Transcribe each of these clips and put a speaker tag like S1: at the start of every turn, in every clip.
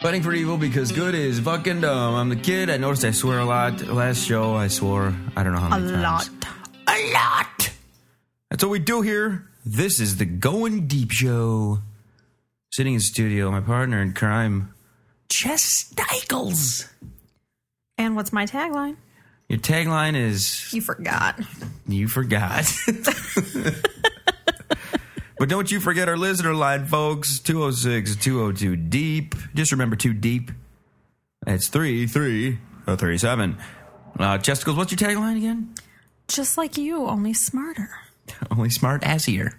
S1: Fighting for evil because good is fucking dumb. I'm the kid. I noticed I swear a lot. Last show I swore I don't know how
S2: A
S1: many
S2: lot.
S1: times. A lot. That's what we do here. This is the Going Deep Show. Sitting in studio, my partner in crime, Chess Stichels.
S2: And what's my tagline?
S1: Your tagline is
S2: You forgot.
S1: "You forgot." But don't you forget our listener line, folks. 206 202 Deep. E Just remember two E deep. That's 33037. oh, Uh, Chesticles, what's your tagline again?
S2: Just like you, only smarter.
S1: Only smart assier.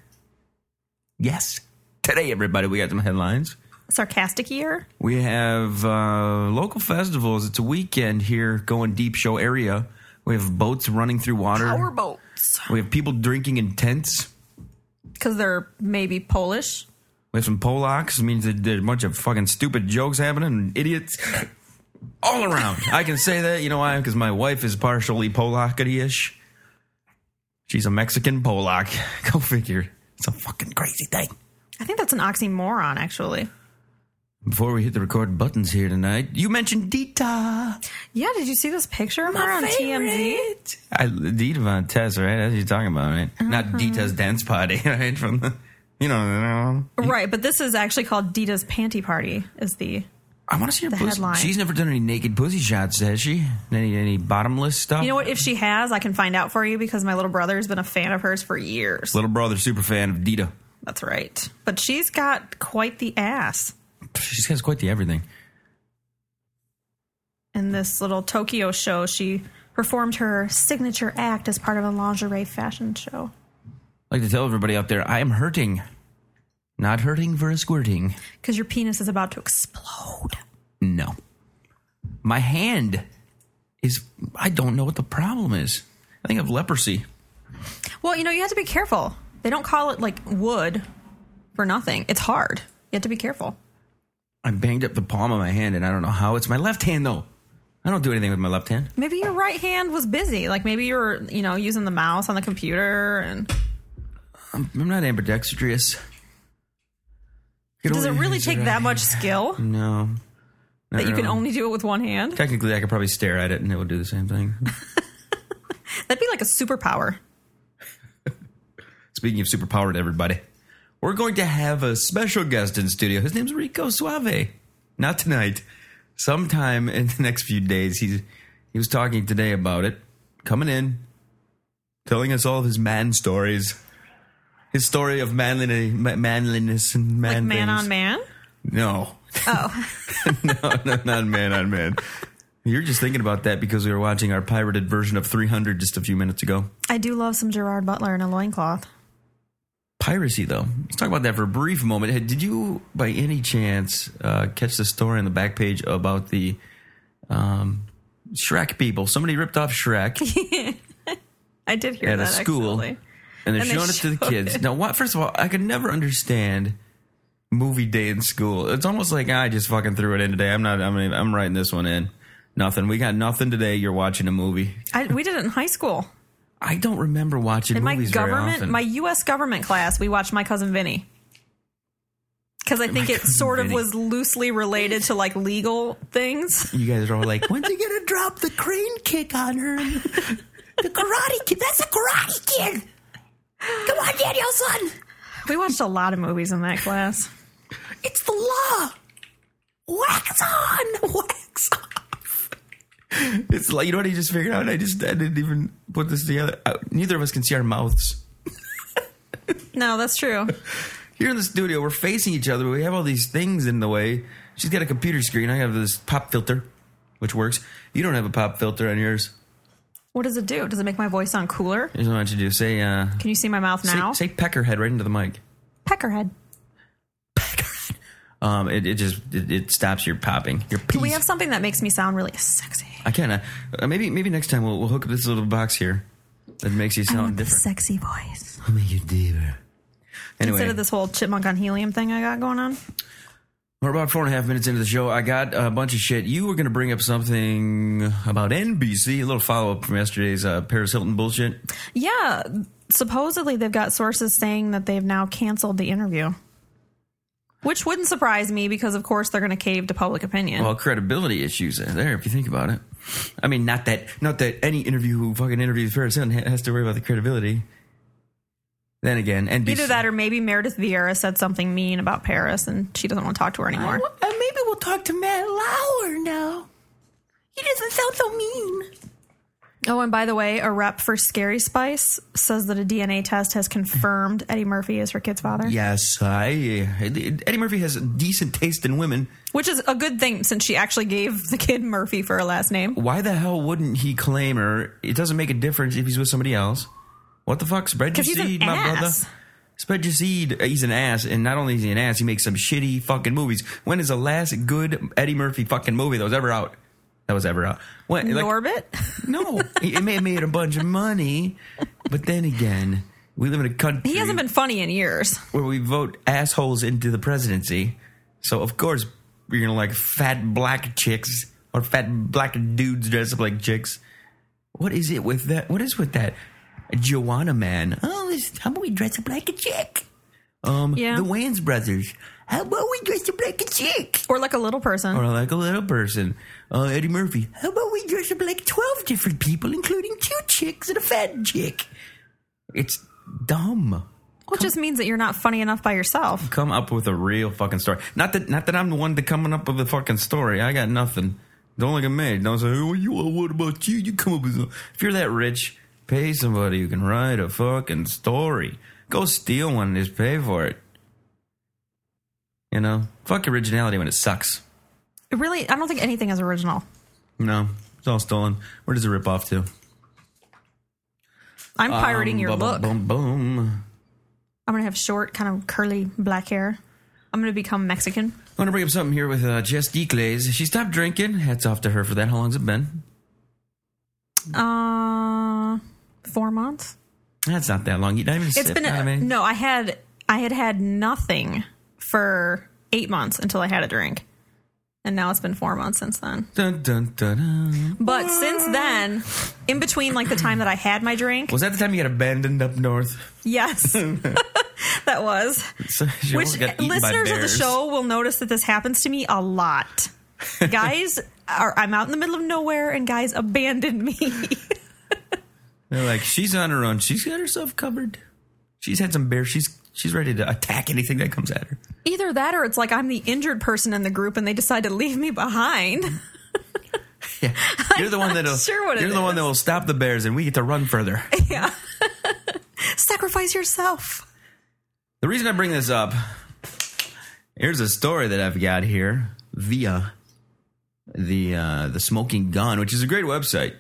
S1: Yes. Today, everybody, we got some headlines.
S2: Sarcastic ear?
S1: We have uh, local festivals. It's a weekend here going deep show area. We have boats running through water.
S2: Powerboats.
S1: We have people drinking in tents.
S2: Because they're maybe Polish.
S1: We have some Polacks. It means that there's a bunch of fucking stupid jokes happening and idiots all around. I can say that. You know why? Because my wife is partially Polakity-ish. She's a Mexican Polak. Go figure. It's a fucking crazy thing.
S2: I think that's an oxymoron, actually.
S1: Before we hit the record buttons here tonight, you mentioned Dita.
S2: Yeah, did you see this picture of her on TMZ?
S1: I, Dita Von Tess, right? That's what you're talking about, right?
S2: Uh-huh.
S1: Not Dita's dance party, right? From the, you know,
S2: Right, but this is actually called Dita's Panty Party, is the.
S1: I want to see her
S2: The
S1: pussy.
S2: headline.
S1: She's never done any naked pussy shots, has she? Any any bottomless stuff?
S2: You know what? If she has, I can find out for you because my little brother's been a fan of hers for years.
S1: Little brother, super fan of Dita.
S2: That's right. But she's got quite the ass
S1: She's got quite the everything.
S2: in this little Tokyo show. She performed her signature act as part of a lingerie fashion show.
S1: I'd like to tell everybody out there, I am hurting. Not hurting for a squirting.
S2: Because your penis is about to explode.
S1: No. My hand is, I don't know what the problem is. I think I have leprosy.
S2: Well, you know, you have to be careful. They don't call it like wood for nothing. It's hard. You have to be careful.
S1: I banged up the palm of my hand and I don't know how. It's my left hand though. I don't do anything with my left hand.
S2: Maybe your right hand was busy. Like maybe you were, you know, using the mouse on the computer and
S1: I'm not ambidextrous.
S2: does it really take that much skill
S1: No.
S2: that you can
S1: No.
S2: only do it with one hand?
S1: Technically, I could probably stare at it and it would do the same thing.
S2: That'd be like a superpower.
S1: Speaking of superpowered, everybody, we're going to have a special guest in studio. His name's Rico Suave. Not tonight. Sometime in the next few days. He's he was talking today about it. Coming in, telling us all of his man stories. His story of manliness, manliness and man
S2: Like man
S1: things.
S2: on man?
S1: No.
S2: Oh.
S1: no, no, not man on man. You're just thinking about that because we were watching our pirated version of 300 just a few minutes ago.
S2: I do love some Gerard Butler in a loincloth.
S1: piracy though let's talk about that for a brief moment Hey, did you by any chance uh, catch the story on the back page about the um, shrek people somebody ripped off shrek
S2: I did hear
S1: at a
S2: that
S1: school
S2: actually.
S1: and they're
S2: And they
S1: showing it to the
S2: showed
S1: kids now what first of all i could never understand movie day in school it's almost like "Ah, i just fucking threw it in today i'm not i'm, not even- I'm writing this one in nothing we got nothing today you're watching a movie
S2: I, we did it in high school.
S1: i don't remember watching
S2: In my
S1: movies very
S2: government,
S1: often.
S2: my U.S. government class, we watched My Cousin Vinny. Because I think it
S1: Cousin
S2: sort of
S1: Vinny.
S2: was loosely related to like legal things.
S1: You guys are all like, when's he gonna drop the crane kick on her? the karate kid. That's a karate kid. Come on, Danielson.
S2: We watched a lot of movies in that class.
S1: It's the law. Wax on. Wax off. It's like, you know what I just figured out? I just I didn't even put this together. Uh, neither of us can see our mouths.
S2: No, that's true.
S1: Here in the studio, we're facing each other, but we have all these things in the way. She's got a computer screen. I have this pop filter, which works. You don't have a pop filter on yours.
S2: What does it do? Does it make my voice sound cooler?
S1: Here's what I want you to do. Say, uh,
S2: Can you see my mouth now?
S1: say, say peckerhead right into the mic.
S2: Peckerhead.
S1: Um, it, it just it, it stops your popping. Your
S2: Do
S1: peas.
S2: we have something that makes me sound really sexy?
S1: I can. Uh, uh, maybe maybe next time we'll, we'll hook up this little box here that makes you
S2: I want
S1: sound
S2: the
S1: different.
S2: sexy voice.
S1: I'll make you deeper. Anyway,
S2: Instead of this whole chipmunk on helium thing I got going on.
S1: we're about four and a half minutes into the show. I got a bunch of shit. You were going to bring up something about NBC, a little follow up from yesterday's uh, Paris Hilton bullshit.
S2: Yeah, supposedly they've got sources saying that they've now canceled the interview. Which wouldn't surprise me because, of course, they're going to cave to public opinion.
S1: Well, credibility issues are there if you think about it. I mean, not that not that any interview who fucking interviews Paris Hilton ha- has to worry about the credibility. Then again, NBC.
S2: Either that or maybe Meredith Vieira said something mean about Paris and she doesn't want to talk to her anymore.
S1: Uh, maybe we'll talk to Matt Lauer now. He doesn't sound so mean.
S2: Oh, and by the way, a rep for Scary Spice says that a DNA test has confirmed Eddie Murphy is her kid's father,
S1: Yes, I. Eddie Murphy has decent taste in women.
S2: which is a good thing since she actually gave the kid Murphy for her last name.
S1: Why the hell wouldn't he claim her? It doesn't make a difference if he's with somebody else. What the fuck? Spread your
S2: 'Cause he's an
S1: seed, my
S2: ass.
S1: brother. Spread your seed. Uh, He's an ass, and not only is he an ass, he makes some shitty fucking movies. When is the last good Eddie Murphy fucking movie that was ever out? That was ever out. When, like-
S2: Norbit?
S1: No, it it may have made a bunch of money, but then again, we live in a country
S2: He hasn't been funny in years.
S1: where we vote assholes into the presidency. So of course you're gonna like fat black chicks or fat black dudes dressed up like chicks. What is it with that? What is with that? Joanna man. Oh, it's- how about we dress up like a chick? Um,
S2: Yeah.
S1: the Wayans brothers. How about we dress up like a chick?
S2: Or like a little person.
S1: Or like a little person. Uh, Eddie Murphy. How about we dress up like 12 different people, including two chicks and a fat chick? It's dumb.
S2: Which just means that you're not funny enough by yourself.
S1: come up with a real fucking story. Not that not that I'm the one to coming up with a fucking story. I got nothing. Don't look at me. Don't say, "Well, you uh, what about you? You come up with." something." If you're that rich, pay somebody who can write a fucking story. Go steal one and just pay for it. You know, fuck originality when it sucks.
S2: It really, I don't think anything is original.
S1: No, it's all stolen. Where does it rip off to?
S2: I'm pirating
S1: Um,
S2: your
S1: boom,
S2: look.
S1: Boom, boom.
S2: I'm going to have short, kind of curly black hair. I'm going to become Mexican.
S1: I want to bring up something here with uh, Jess Declays. She stopped drinking. Hats off to her for that. How long's it been?
S2: Uh, four months.
S1: That's not that long. You don't even.
S2: It's
S1: sip,
S2: been
S1: know
S2: a,
S1: what I mean?
S2: no. I had I had had nothing for eight months until I had a drink, and now it's been four months since then.
S1: Dun, dun, dun, dun.
S2: But since then, in between like the time that I had my drink,
S1: Was that the time you got abandoned up north?
S2: yes, that was.
S1: So she
S2: Which
S1: almost got eaten by
S2: listeners of the
S1: bears.
S2: show will notice that this happens to me a lot. guys, are, I'm out in the middle of nowhere, and guys abandon me.
S1: They're like, she's on her own. She's got herself covered. She's had some bears. She's she's ready to attack anything that comes at her.
S2: Either that, or it's like I'm the injured person in the group, and they decide to leave me behind.
S1: Yeah, you're the one that'll
S2: sure what it
S1: you're the one
S2: is.
S1: that will stop the bears, and we get to run further.
S2: Yeah. Sacrifice yourself.
S1: The reason I bring this up, here's a story that I've got here via the uh, the Smoking Gun, which is a great website.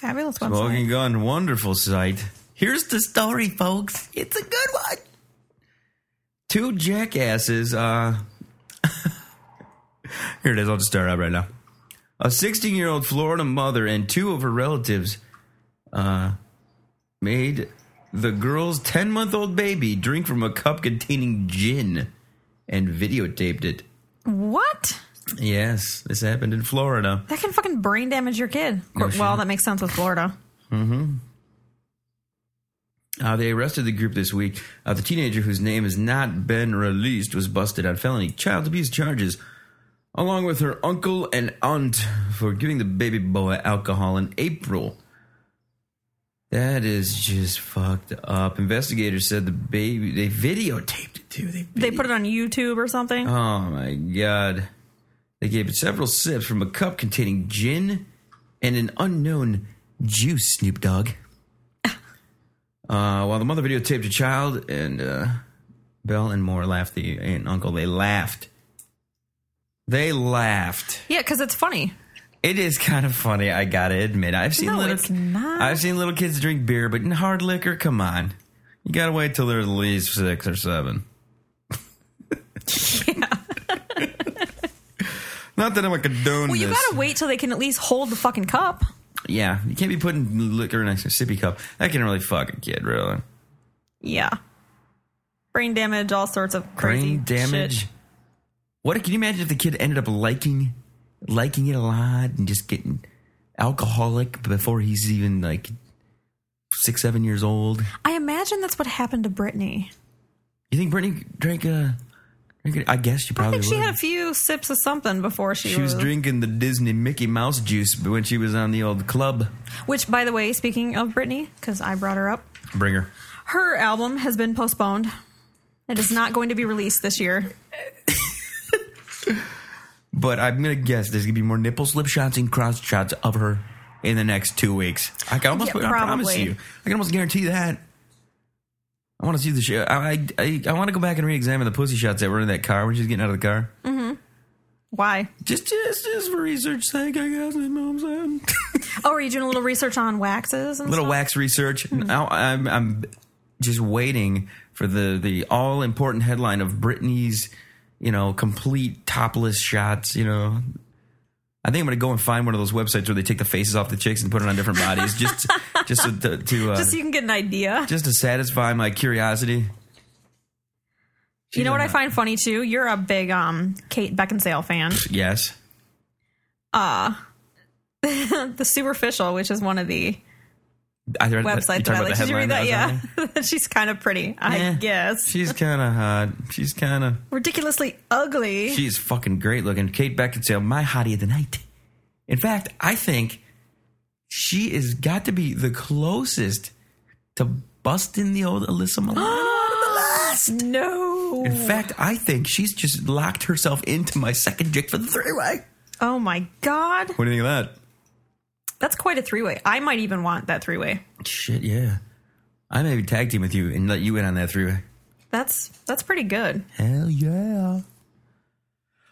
S2: Fabulous website.
S1: Smoking Gun, wonderful sight. Here's the story, folks. It's a good one. Two jackasses. Uh, here it is. I'll just start out right now. A 16 year old Florida mother and two of her relatives uh, made the girl's 10 month old baby drink from a cup containing gin and videotaped it.
S2: What?
S1: Yes, this happened in Florida.
S2: That can fucking brain damage your kid.
S1: No
S2: well,
S1: shit.
S2: that makes sense with Florida.
S1: Uh, they arrested the group this week. Uh, the teenager, whose name has not been released, was busted on felony child abuse charges, along with her uncle and aunt, for giving the baby boy alcohol in April. That is just fucked up. Investigators said the baby, they videotaped it too. They,
S2: They put it on YouTube or something.
S1: Oh my god. They gave it several sips from a cup containing gin and an unknown juice, Snoop Dogg. Uh, while the mother videotaped her child and uh, Bell and Moore laughed, the and uncle, they laughed. They laughed.
S2: yeah, because it's funny.
S1: It is kind of funny, I gotta admit. I've seen
S2: No,
S1: little
S2: it's not.
S1: I've seen little kids drink beer, but in hard liquor, come on. You gotta wait till they're at least six or seven. Not that I'm a condone
S2: Well, you
S1: this.
S2: gotta wait till they can at least hold the fucking cup.
S1: yeah, you can't be putting liquor next to a sippy cup. That can really fuck a kid, really.
S2: Yeah. Brain damage, all sorts of crazy
S1: Brain damage.
S2: shit.
S1: What can you imagine if the kid ended up liking liking it a lot and just getting alcoholic before he's even like six, seven years old?
S2: I imagine that's what happened to Brittany.
S1: You think Brittany uh, drank a You could- I guess you
S2: I
S1: probably
S2: think she
S1: would.
S2: had a few sips of something before she,
S1: she was
S2: was
S1: drinking the Disney Mickey Mouse juice when she was on the old club.
S2: Which, by the way, speaking of Britney, because I brought her up,
S1: Bring her.
S2: her album has been postponed. It is not going to be released this year.
S1: But I'm gonna guess there's gonna be more nipple slip shots and cross shots of her in the next two weeks. I can almost,
S2: Yeah,
S1: I promise
S2: probably.
S1: you, I can almost guarantee that. I want to see the show. I I, I, I want to go back and re-examine the pussy shots that were in that car when she's getting out of the car.
S2: Mm. Why?
S1: Just, just, just for research sake, I guess. You know what I'm saying?
S2: Oh, are you doing a little research on waxes and
S1: little
S2: stuff?
S1: wax research.
S2: Mm-hmm.
S1: Now I'm, I'm just waiting for the the all important headline of Britney's, you know, complete topless shots. You know, I think I'm gonna go and find one of those websites where they take the faces off the chicks and put it on different bodies, just just to to, to, uh,
S2: Just
S1: just,
S2: so you can get an idea.
S1: to satisfy my curiosity.
S2: you know what
S1: a-
S2: I find funny too? You're a big um Kate Beckinsale fan.
S1: Yes,
S2: the Superficial, which is one of the
S1: I read that-
S2: websites
S1: you
S2: that
S1: talking
S2: I
S1: about the
S2: like. Did you
S1: headline
S2: read that?
S1: was on
S2: yeah. She's kind of pretty, I
S1: there? Eh,
S2: guess.
S1: she's kind of hot. She's kind of
S2: Ridiculously ugly.
S1: She's fucking great looking. Kate Beckinsale, my hottie of the night. In fact, I think she has got to be the closest to busting the old Alyssa Milano.
S2: no.
S1: In fact, I think she's just locked herself into my second dick for the three way.
S2: oh my god.
S1: What do you think of
S2: That's quite a three way. I might even want that three way.
S1: that? Shit, yeah. I may be tag team with you and let you in on that three way.
S2: That's that's pretty good.
S1: Hell yeah.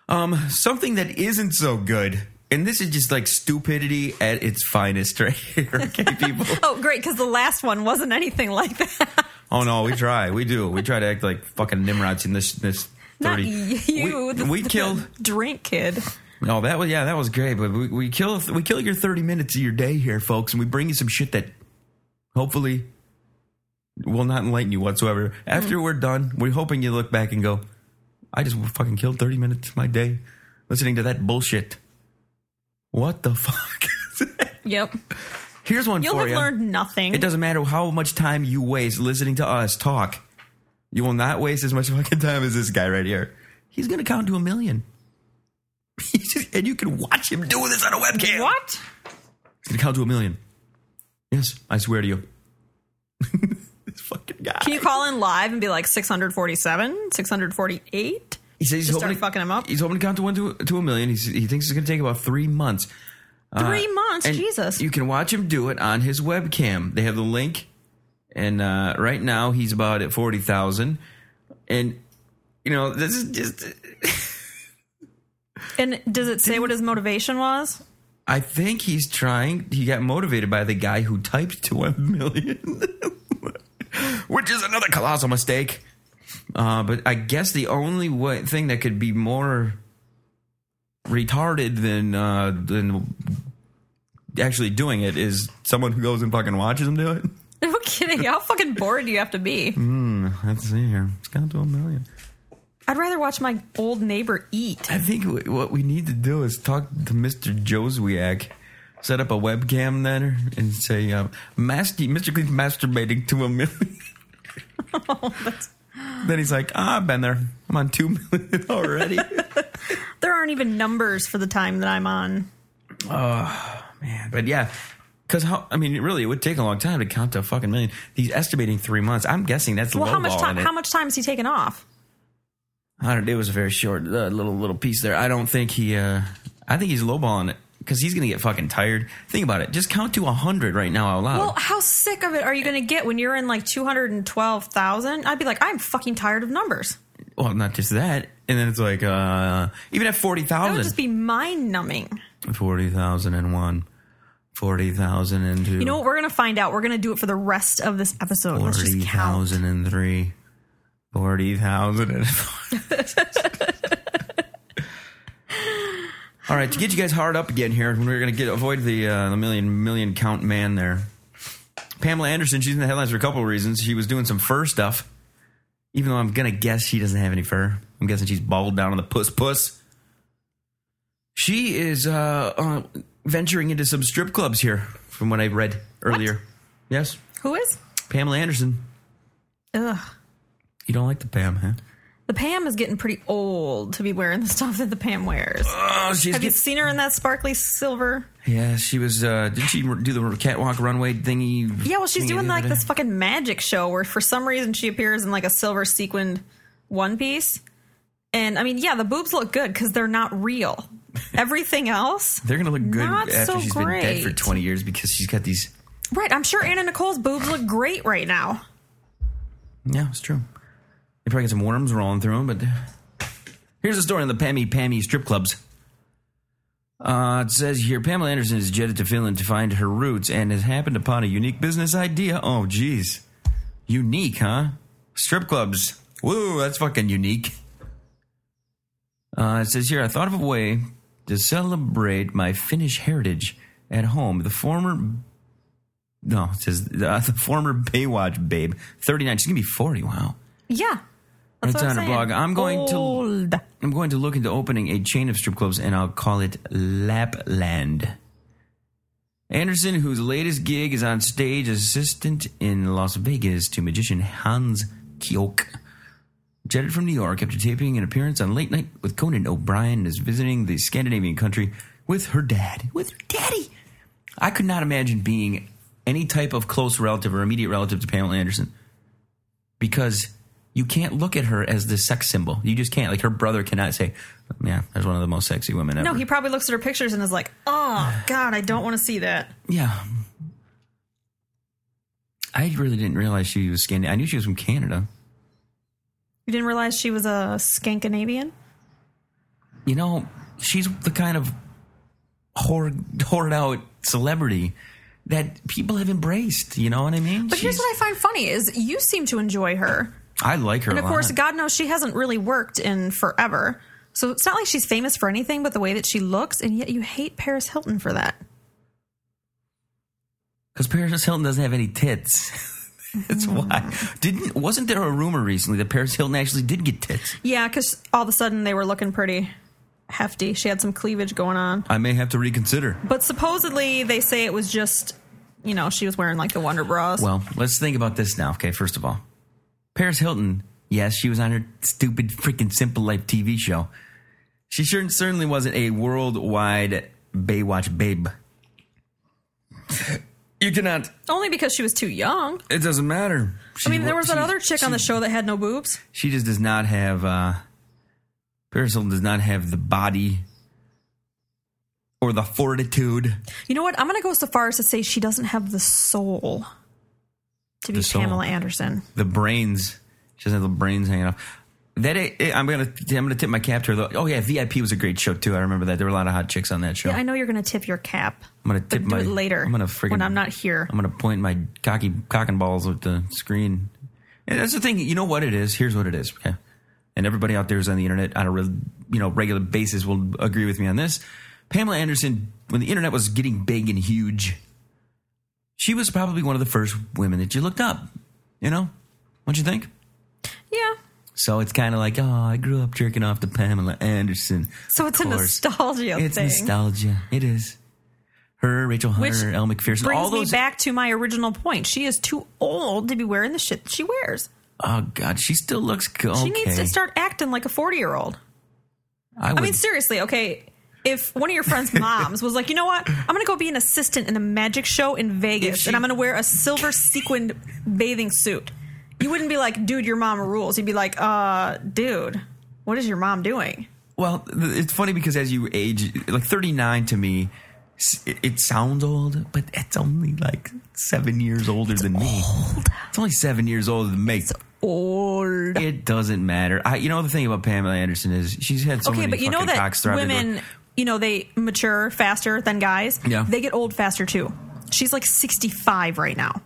S1: Um, something that isn't so good, and this is just like stupidity at its finest right here, okay, people.
S2: Oh, great, because the last one wasn't anything like that.
S1: Oh no, we try. We do. We try to act like fucking Nimrods in this this
S2: Not e-
S1: thirty.
S2: you.
S1: we,
S2: the,
S1: we
S2: the
S1: killed.
S2: drink kid.
S1: No, that was yeah, that was great. But we, we kill we kill your thirty minutes of your day here, folks, and we bring you some shit that hopefully will not enlighten you whatsoever.
S2: Mm-hmm.
S1: After we're done, we're hoping you look back and go, "I just fucking killed thirty minutes of my day listening to that bullshit." What the fuck?
S2: Yep.
S1: Here's one
S2: You'll
S1: for
S2: have
S1: you.
S2: learned nothing.
S1: It doesn't matter how much time you waste listening to us talk. You will not waste as much fucking time as this guy right here. He's gonna count to a million. He's just- and you can watch him doing this on a webcam.
S2: What?
S1: He's gonna count to a million. Yes, I swear to you. this fucking guy.
S2: Can you call in live and be like 647, 648?
S1: he says he's
S2: just
S1: hoping
S2: start fucking him up?
S1: He's hoping to count to one to, to a million. He's, he thinks it's gonna take about three months.
S2: Three months,
S1: Uh, And
S2: Jesus.
S1: You can watch him do it on his webcam. They have the link, and uh, right now he's about at forty thousand. And you know, this is just.
S2: and does it say what his motivation was?
S1: I think he's trying. He got motivated by the guy who typed to one million, which is another colossal mistake. Uh, but I guess the only way, thing that could be more retarded than uh, than actually doing it is someone who goes and fucking watches him do it.
S2: No kidding. How fucking bored do you have to be?
S1: Let's see here. It's got to a million.
S2: I'd rather watch my old neighbor eat.
S1: I think w- what we need to do is talk to Mr. Joswiak, set up a webcam then, and say, uh, Master, Mr. Clean's masturbating to a million. then he's like, ah, I've been there. I'm on two million already.
S2: There aren't even numbers for the time that I'm on.
S1: Man, but yeah. Because how? I mean, really, it would take a long time to count to a fucking million. He's estimating three months. I'm guessing that's
S2: Well,
S1: low
S2: how much time?
S1: It.
S2: How much time is he taking off?
S1: I don't, it was a very short uh, little little piece there. I don't think he. Uh, I think he's lowballing it because he's gonna get fucking tired. Think about it. Just count to hundred right now out loud.
S2: Well, how sick of it are you going to get when you're in like 212,000? I'd be like, I'm fucking tired of numbers.
S1: Well, not just that. And then it's like uh, even at forty
S2: That would just
S1: thousand.
S2: be mind numbing.
S1: Forty thousand and one. Forty thousand and two.
S2: You know what? We're going to find out. We're going to do it for the rest of this episode. Let's
S1: Forty
S2: just count.
S1: thousand and three. Forty thousand and four. All right, to get you guys hard up again here, we're going to get avoid the uh, the million million count man there. Pamela Anderson, she's in the headlines for a couple of reasons. She was doing some fur stuff, even though I'm going to guess she doesn't have any fur. I'm guessing she's balled down on the puss puss. She is uh, uh, venturing into some strip clubs here, from what I read earlier. Yes,
S2: Who is?
S1: Pamela Anderson.
S2: Ugh.
S1: You don't like the Pam, huh?
S2: The Pam is getting pretty old to be wearing the stuff that the Pam wears.
S1: Oh, she's
S2: Have you
S1: get-
S2: seen her in that sparkly silver?
S1: yeah. She was. uh Did she do the catwalk runway thingy?
S2: Yeah, well, she's
S1: thingy
S2: doing
S1: the
S2: like
S1: other
S2: this
S1: day?
S2: fucking magic show where for some reason she appears in like a silver sequined one piece. And I mean, yeah, the boobs look good because they're not real. Everything else,
S1: They're gonna look good
S2: Not
S1: after
S2: so
S1: she's been dead for
S2: great.
S1: twenty years because she's got these.
S2: right? I'm sure Anna Nicole's boobs look great right now.
S1: Yeah, it's true. They probably got some worms rolling through them, but uh, here's a story on the Pammy Pammy strip clubs. Uh, it says here Pamela Anderson is jetted to Finland to find her roots and has happened upon a unique business idea. Oh, geez. Unique, huh? Strip clubs. Woo, that's fucking unique. Uh, it says here, I thought of a way to celebrate my Finnish heritage at home. The former no, it says uh, the former Baywatch babe, 39. She's gonna be 40. Wow.
S2: Yeah,
S1: It's
S2: that's what
S1: on
S2: I'm
S1: a
S2: saying.
S1: blog. I'm going to-
S2: Old.
S1: I'm going to look into opening a chain of strip clubs, and I'll call it Lapland. Anderson, whose latest gig is on stage, assistant in Las Vegas to magician Hans Kioch, jetted from New York after taping an appearance on Late Night with Conan O'Brien, and is visiting the Scandinavian country with her dad. With her daddy. I could not imagine being any type of close relative or immediate relative to Pamela Anderson because you can't look at her as the sex symbol. You just can't. Like her brother cannot say, "Yeah, that's one of the most sexy women ever."
S2: No, he probably looks at her pictures and is like, "Oh God, I don't want to see that."
S1: yeah. I really didn't realize she was Scandinavian. I knew she was from Canada.
S2: You didn't realize she was a Skankinavian?
S1: You know, she's the kind of hoard, hoard out celebrity that people have embraced. You know what I mean?
S2: But here's what I find funny is you seem to enjoy her.
S1: I, I like her.
S2: And
S1: a
S2: of course,
S1: lot.
S2: God knows she hasn't really worked in forever. So it's not like she's famous for anything but the way that she looks, and yet you hate Paris Hilton for that.
S1: Because Paris Hilton doesn't have any tits. That's why. Didn't wasn't there a rumor recently that Paris Hilton actually did get tits?
S2: Yeah, because all of a sudden they were looking pretty hefty. She had some cleavage going on.
S1: I may have to reconsider.
S2: But supposedly they say it was just, you know, she was wearing like the Wonder Bras.
S1: Well, let's think about this now. Okay, first of all, Paris Hilton. Yes, she was on her stupid freaking Simple Life TV show. She sure, certainly wasn't a worldwide Baywatch babe. You cannot.
S2: Only because she was too young.
S1: It doesn't matter. She
S2: I mean, there
S1: wa-
S2: was that
S1: she-
S2: other chick on the
S1: she-
S2: show that had no boobs.
S1: She just does not have. uh Paris Hilton does not have the body or the fortitude.
S2: You know what? I'm going to go so far as to say she doesn't have the soul to be
S1: The soul.
S2: Pamela Anderson.
S1: the brains. She doesn't have the brains hanging off. That it, it- I'm gonna I'm gonna tip my cap to her. Though. Oh yeah, VIP was a great show too. I remember that there were a lot of hot chicks on that show.
S2: I know you're going to tip your cap.
S1: I'm gonna
S2: But
S1: tip
S2: do
S1: my
S2: it later.
S1: I'm gonna freaking
S2: when I'm not here.
S1: I'm gonna point my cocky cock and balls at the screen. And that's the thing. You know what it is. Here's what it is. Okay. And everybody out there who's on the internet on a real, you know regular basis will agree with me on this. Pamela Anderson, when the internet was getting big and huge, she was probably one of the first women that you looked up. You know, don't you think?
S2: Yeah.
S1: So it's kind of like, oh, I grew up jerking off to Pamela Anderson.
S2: So it's a
S1: Of course.
S2: nostalgia
S1: It's
S2: thing.
S1: nostalgia. It is. Her, Rachel Hunter,
S2: Which
S1: Elle McPherson,
S2: Brings
S1: all those.
S2: me back to my original point. She is too old to be wearing the shit that she wears.
S1: Oh God, she still looks good.
S2: She needs to start acting like a 40 year old.
S1: I, would,
S2: I mean, seriously, okay. If one of your friend's moms was like, you know what? I'm going to go be an assistant in a magic show in Vegas
S1: she-
S2: and I'm going to wear a silver sequined bathing suit. You wouldn't be like, dude, your mom rules. You'd be like, uh, dude, what is your mom doing?
S1: well, th- it's funny because as you age, like thirty nine to me, s- it, it sounds old, but it's only like seven years older than me. It's only seven years older than me.
S2: Old.
S1: it doesn't matter. I, you know, the thing about Pamela Anderson is she's had so
S2: okay,
S1: many
S2: but you know
S1: fucking
S2: that
S1: cocks thrown into her.
S2: women, you know, they mature faster than guys.
S1: Yeah.
S2: They get old faster too. She's like 65 right now.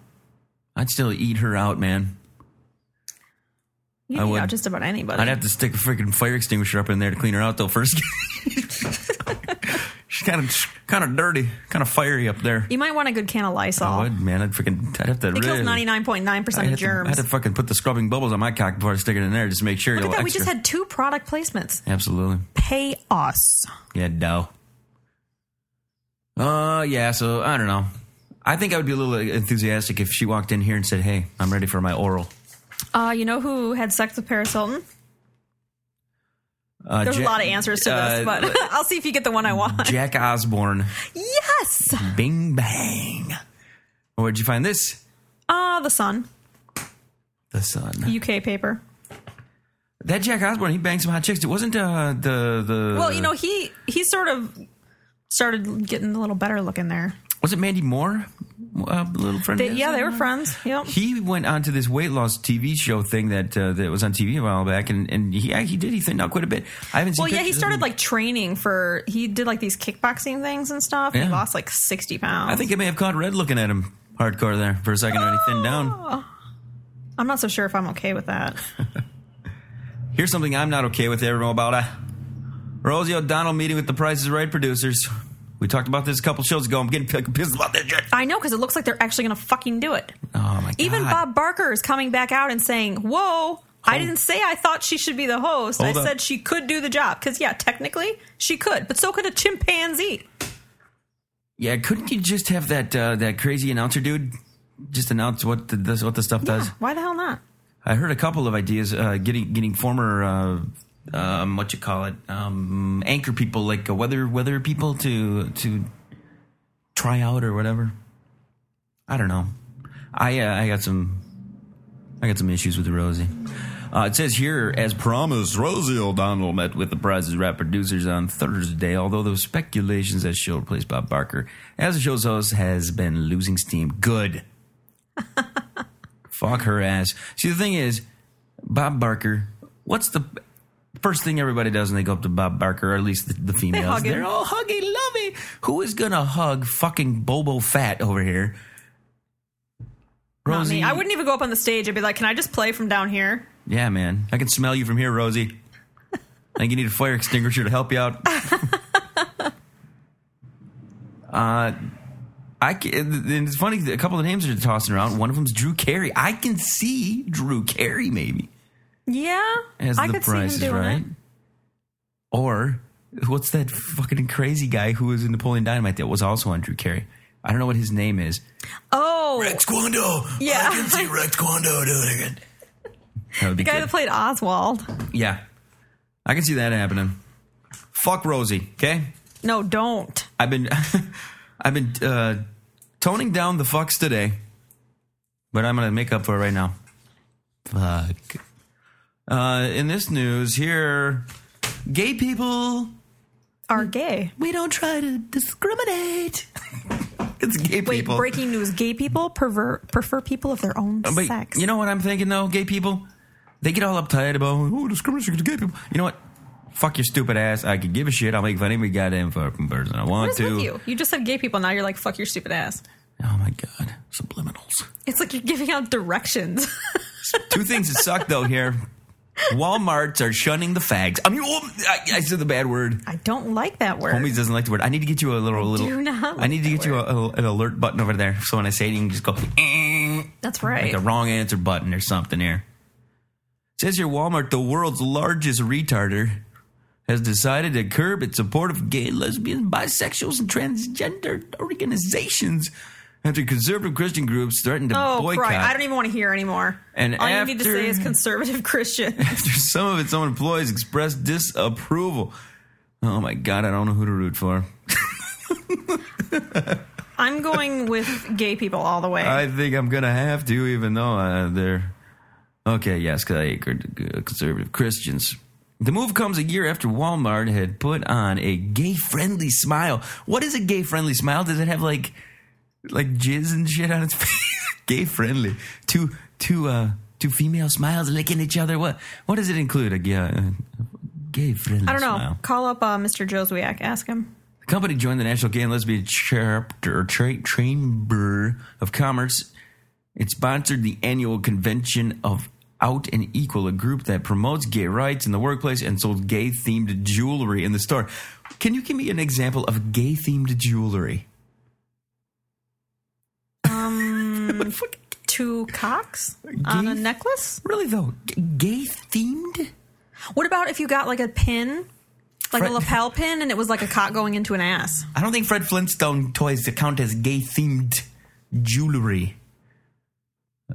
S1: I'd still eat her out, man.
S2: You
S1: I
S2: can
S1: would.
S2: out just about anybody.
S1: I'd have to stick a freaking fire extinguisher up in there to clean her out though first. She's kind of kind of dirty, kind of fiery up there.
S2: you might want a good can of Lysol.
S1: I would, man. I'd freaking. I'd have to.
S2: It
S1: really,
S2: kills 99.9%
S1: I'd
S2: of
S1: have to- I'd
S2: germs.
S1: have to fucking put the scrubbing bubbles on my cock before I stick it in there, just to make sure.
S2: Look at
S1: you'll
S2: that. We just
S1: extra-
S2: had two product placements.
S1: Absolutely.
S2: Pay us.
S1: Yeah, no. Uh, yeah. So I don't know. I think I would be a little enthusiastic if she walked in here and said, "Hey, I'm ready for my oral."
S2: Uh, you know who had sex with Paris Hilton?
S1: Uh,
S2: There's
S1: Ja-
S2: a lot of answers to
S1: uh,
S2: this, but I'll see if you get the one I want.
S1: Jack Osborne.
S2: Yes.
S1: Bing bang. Where'd you find this?
S2: Ah, the Sun,
S1: The Sun.
S2: UK paper.
S1: That Jack Osborne, he banged some hot chicks. It wasn't uh, the the.
S2: Well, you know, he he sort of started getting a little better looking there.
S1: was it Mandy Moore? Uh, little friend. of
S2: They,
S1: his?
S2: yeah, they were friends. Yep.
S1: He went on to this weight loss TV show thing that uh, that was on TV a while back, and and he he did he thinned out quite a bit. I haven't seen.
S2: Well, yeah, he
S1: pictures of
S2: started
S1: him.
S2: like training for. He did like these kickboxing things and stuff.
S1: Yeah.
S2: He lost like sixty pounds.
S1: I think I may have caught Red looking at him hardcore there for a second, and he thinned
S2: Ah!
S1: down.
S2: I'm not so sure if I'm okay with that.
S1: Here's something I'm not okay with. Everyone about uh, Rosie O'Donnell meeting with the Price is Right producers. We talked about this a couple shows ago. I'm getting p- pissed about this shit.
S2: I know because it looks like they're actually going to fucking do it.
S1: Oh my god!
S2: Even Bob Barker is coming back out and saying, "Whoa." I didn't say I thought she should be the host.
S1: Hold
S2: I
S1: up.
S2: said she could do the job. Because, yeah, technically she could, but so could a chimpanzee.
S1: Yeah, couldn't you just have that uh, that crazy announcer dude just announce what the, this, what the stuff
S2: Yeah,
S1: does?
S2: Ah, why the hell not?
S1: I heard a couple of ideas uh, getting getting former uh, um, what you call it um, anchor people like uh, weather weather people to to try out or whatever. I don't know. I uh, I got some I got some issues with Rosie. Uh, it says here, as promised, Rosie O'Donnell met with the prize's rap producers on Thursday, although there was speculations that she'll replace Bob Barker as the show's host has been losing steam. Good. Fuck her ass. See, the thing is, Bob Barker, what's the first thing everybody does when they go up to Bob Barker, or at least the, the females?
S2: hug him.
S1: They're all huggy, lovey. Who is going to hug fucking Bobo Fat over here?
S2: Not me. I wouldn't even go up on the stage. I'd be like, can I just play from down here?
S1: Yeah, man. I can smell you from here, Rosie. I think you need a fire extinguisher to help you out. uh, Uh, I can, and it's funny. A couple of names are tossing around. One of them's Drew Carey. I can see Drew Carey maybe
S2: Yeah.
S1: as
S2: I
S1: the
S2: could
S1: price
S2: see
S1: is
S2: him doing
S1: right.
S2: it.
S1: Or what's that fucking crazy guy who was in Napoleon Dynamite that was also on Drew Carey? I don't know what his name is.
S2: Oh,
S1: Rex Quando.
S2: Yeah.
S1: I can see Rex Quando doing it. That would be
S2: guy
S1: good.
S2: that played Oswald.
S1: Yeah. I can see that happening. Fuck Rosie, okay?
S2: No, don't.
S1: I've been I've been uh toning down the fucks today. But I'm gonna make up for it right now. Fuck. Uh in this news here gay people
S2: Are gay.
S1: we don't try to discriminate. it's gay
S2: Wait,
S1: people.
S2: breaking news. Gay people pervert, prefer people of their own
S1: But
S2: sex.
S1: you know what I'm thinking though, gay people? They get all uptight about oh discrimination against gay people. You know what? Fuck your stupid ass. I could give a shit. I'll make fun of every goddamn fucking person I want
S2: what is
S1: to.
S2: with you? You just said gay people. Now you're like, fuck your stupid ass.
S1: Oh my god, subliminals.
S2: It's like you're giving out directions.
S1: Two things that suck though here. Walmarts are shunning the fags. I mean, oh, I, I said the bad word.
S2: I don't like that word.
S1: Homies doesn't like the word. I need to get you a little, little.
S2: do not
S1: I need to
S2: like
S1: get
S2: that
S1: you a, a- an alert button over there. So when I say it, you can just go. "Eh."
S2: That's right.
S1: like a wrong answer button or something here. It says here Walmart, the world's largest retarder, has decided to curb its support of gay, lesbian, bisexuals, and transgender organizations after conservative Christian groups threatened to
S2: oh,
S1: boycott.
S2: right. I don't even want to hear anymore.
S1: And
S2: All you need to
S1: after-
S2: say is conservative Christian.
S1: after some of its own employees expressed disapproval. Oh my God, I don't know who to root for.
S2: I'm going with gay people all the way.
S1: I think I'm gonna have to, even though uh, they're okay. Yes, because I hate cr- conservative Christians. The move comes a year after Walmart had put on a gay-friendly smile. What is a gay-friendly smile? Does it have like like jizz and shit on its face? gay-friendly. Two two uh two female smiles licking each other. What what does it include? A gay, uh, gay-friendly.
S2: I don't know.
S1: smile?
S2: Call up uh, Mr. Joswiak. Ask him.
S1: The company joined the National Gay and Lesbian Chapter or Tra- Chamber of Commerce. It sponsored the annual convention of Out and Equal, a group that promotes gay rights in the workplace and sold gay themed jewelry in the store. Can you give me an example of gay themed jewelry? Um,
S2: Two cocks on a
S1: Gay-
S2: necklace?
S1: really though, gay themed?
S2: What about if you got like a pin, like
S1: Fre-
S2: a lapel pin, and it was like a cock going into an ass?
S1: I don't think Fred Flintstone toys count as gay themed jewelry.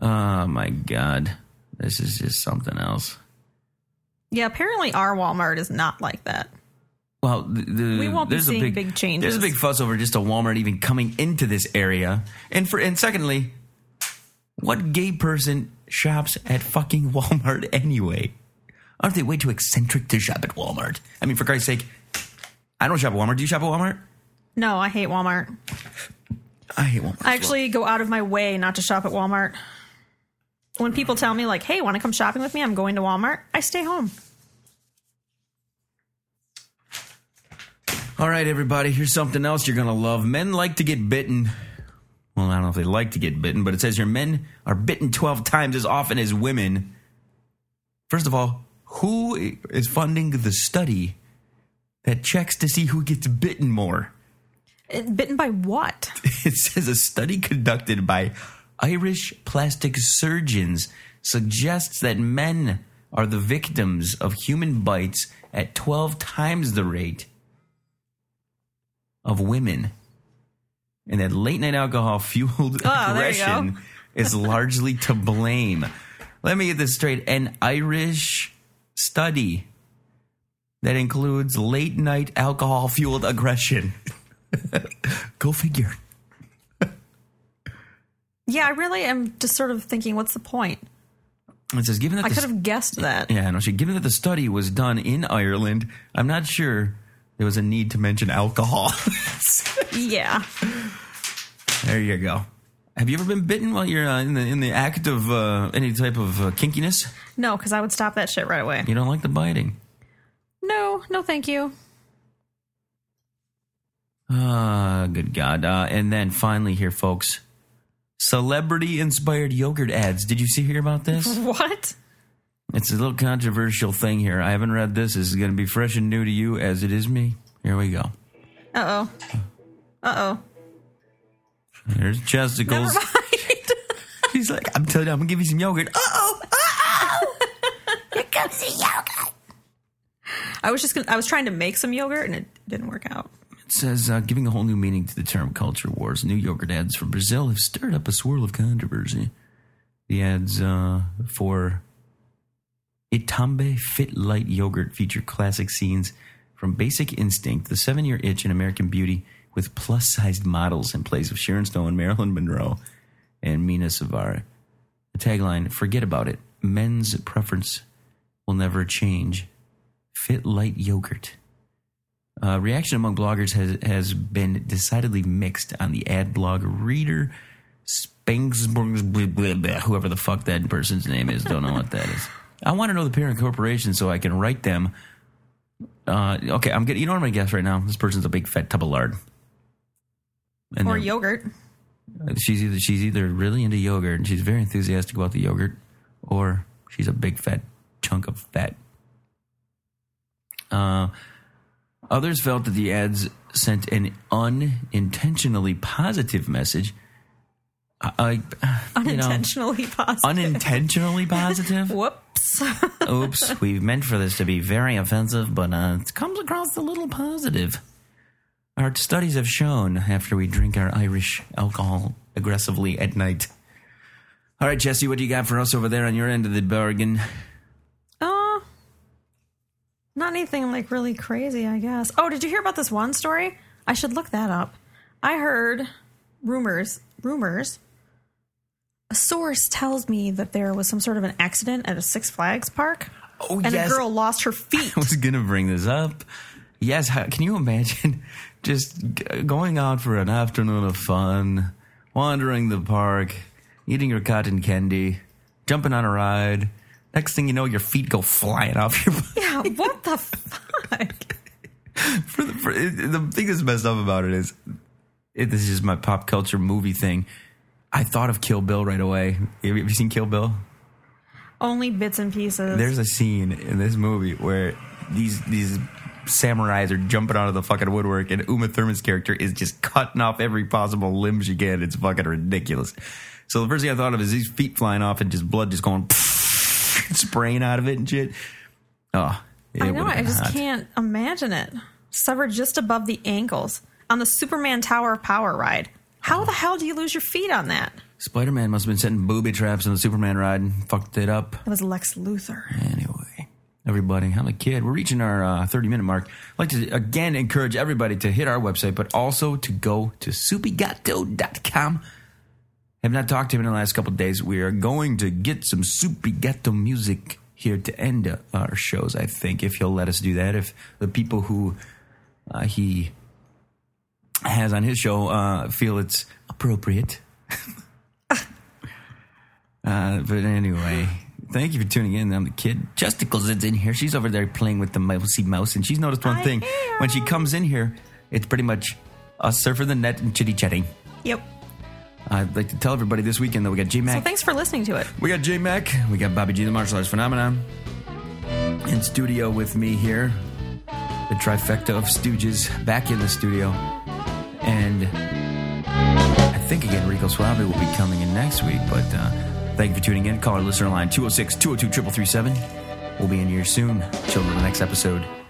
S1: Oh my god. This is just something else.
S2: Yeah, apparently our Walmart is not like that.
S1: Well, the, the,
S2: We won't be
S1: there's
S2: seeing
S1: a big,
S2: big changes.
S1: There's a big fuss over just a Walmart even coming into this area, and for and secondly, what gay person shops at fucking Walmart anyway? Aren't they way too eccentric to shop at Walmart? I mean, for Christ's sake, I don't shop at Walmart. Do you shop at Walmart?
S2: No, I hate Walmart.
S1: I hate Walmart. as well.
S2: I actually go out of my way not to shop at Walmart. When people tell me like, "Hey, want to come shopping with me?" I'm going to Walmart. I stay home.
S1: All right, everybody, here's something else you're going to love. Men like to get bitten. Well, I don't know if they like to get bitten, but it says here men are bitten 12 times as often as women. First of all, who i- is funding the study that checks to see who gets bitten more?
S2: Eh, Bitten by what?
S1: It says a study conducted by Irish plastic surgeons suggests that men are the victims of human bites at 12 times the rate of women. And that late night alcohol fueled
S2: Oh, there you go.
S1: aggression is largely to blame. Let me get this straight. An Irish study that includes late night alcohol fueled aggression. Go figure.
S2: Yeah, I really am just sort of thinking, what's the point?
S1: It says, given that
S2: I
S1: the
S2: could have guessed that.
S1: Yeah, no, she, given that the study was done in Ireland, I'm not sure there was a need to mention alcohol.
S2: Yeah.
S1: there you go. Have you ever been bitten while you're uh, in the in the act of uh, any type of uh, kinkiness?
S2: No, because I would stop that shit right away.
S1: You don't like the biting.
S2: No, no, thank you.
S1: Ah, good God! Uh, and then finally, here, folks, celebrity-inspired yogurt ads. Did you see hear about this?
S2: What?
S1: it's a little controversial thing here. I haven't read this. This is going to be fresh and new to you, as it is me. Here we go.
S2: Uh oh. Uh oh.
S1: There's
S2: Never
S1: chesticles.
S2: mind.
S1: He's like, I'm telling you, I'm gonna give you some yogurt. Uh oh.
S2: I was just gonna, I was trying to make some yogurt and it didn't work out.
S1: It says, uh, giving a whole new meaning to the term culture wars. New yogurt ads from Brazil have stirred up a swirl of controversy. The ads uh, for Itambe Fit Light yogurt feature classic scenes from Basic Instinct, The Seven Year Itch, and American Beauty with plus sized models in place of Sharon Stone, Marilyn Monroe, and Mina Savare. The tagline Forget about it. Men's preference will never change. Fit Light yogurt. Uh, reaction among bloggers has, has been decidedly mixed on the ad blog reader Spangsburgs, blah, blah, blah, whoever the fuck that person's name is. Don't know what that is. I want to know the parent corporation so I can write them. Uh, okay, I'm getting. You know what I'm gonna guess right now? This person's a big fat tub of lard. And
S2: Or
S1: they're-
S2: yogurt.
S1: She's either she's either really into yogurt and she's very enthusiastic about the yogurt, or she's a big fat chunk of fat. Uh, others felt that the ads sent an unintentionally positive message. I, I- you know,
S2: Unintentionally positive.
S1: unintentionally positive.
S2: Whoops.
S1: Oops, we meant for this to be very offensive, but uh, it comes across a little positive. Our studies have shown after we drink our Irish alcohol aggressively at night. All right, Jesse, what do you got for us over there on your end of the bargain?
S2: Uh, not anything like really crazy, I guess. Oh, did you hear about this one story? I should look that up. I heard rumors, rumors. A source tells me that there was some sort of an accident at a Six Flags park
S1: Oh,
S2: and a girl lost her feet.
S1: I was going to bring this up. Yes, how, can you imagine just g- going out for an afternoon of fun, wandering the park, eating your cotton candy, jumping on a ride? Next thing you know, your feet go flying off your body.
S2: yeah, what the fuck?
S1: for the, for, it, the thing that's messed up about it is it, this is just my pop culture movie thing. I thought of Kill Bill right away. Have you, have you seen Kill Bill?
S2: Only bits and pieces.
S1: There's a scene in this movie where these these samurais are jumping out of the fucking woodwork, and Uma Thurman's character is just cutting off every possible limb she can. It's fucking ridiculous. So the first thing I thought of is these feet flying off and just blood just going spraying out of it and shit. Oh, it
S2: I know,
S1: would've
S2: I
S1: been
S2: just
S1: hot.
S2: can't imagine it. Severed just above the ankles on the Superman Tower of Power ride. How the hell do you lose your feet on that?
S1: Spider Man must have been setting booby traps on the Superman ride and fucked it up.
S2: That was Lex Luthor.
S1: Anyway, everybody. I'm a kid. We're reaching our uh, 30 minute mark. I'd like to again encourage everybody to hit our website, but also to go to soupigato.com. Have not talked to him in the last couple of days. We are going to get some Supigato music here to end uh, our shows, I think, if he'll let us do that. If the people who uh, he has on his show uh, feel it's appropriate. uh, but anyway, thank you for tuning in. I'm the kid. Justicles is in here. She's over there playing with the mousey mouse, and she's noticed one
S2: I
S1: thing.
S2: am.
S1: When she comes in here, it's pretty much us surfing the net and chitty chatting.
S2: Yep.
S1: I'd like to tell everybody this weekend that we got J
S2: So
S1: Mac.
S2: thanks for listening to it.
S1: We got J Mac. We got Bobby G, the martial arts phenomenon, in studio with me here. The trifecta of Stooges back in the studio, and I think again Rico Suave will be coming in next week. But uh, thank you for tuning oh in. Call our listener line 206 202 3337. We'll be in here soon. Till the next episode.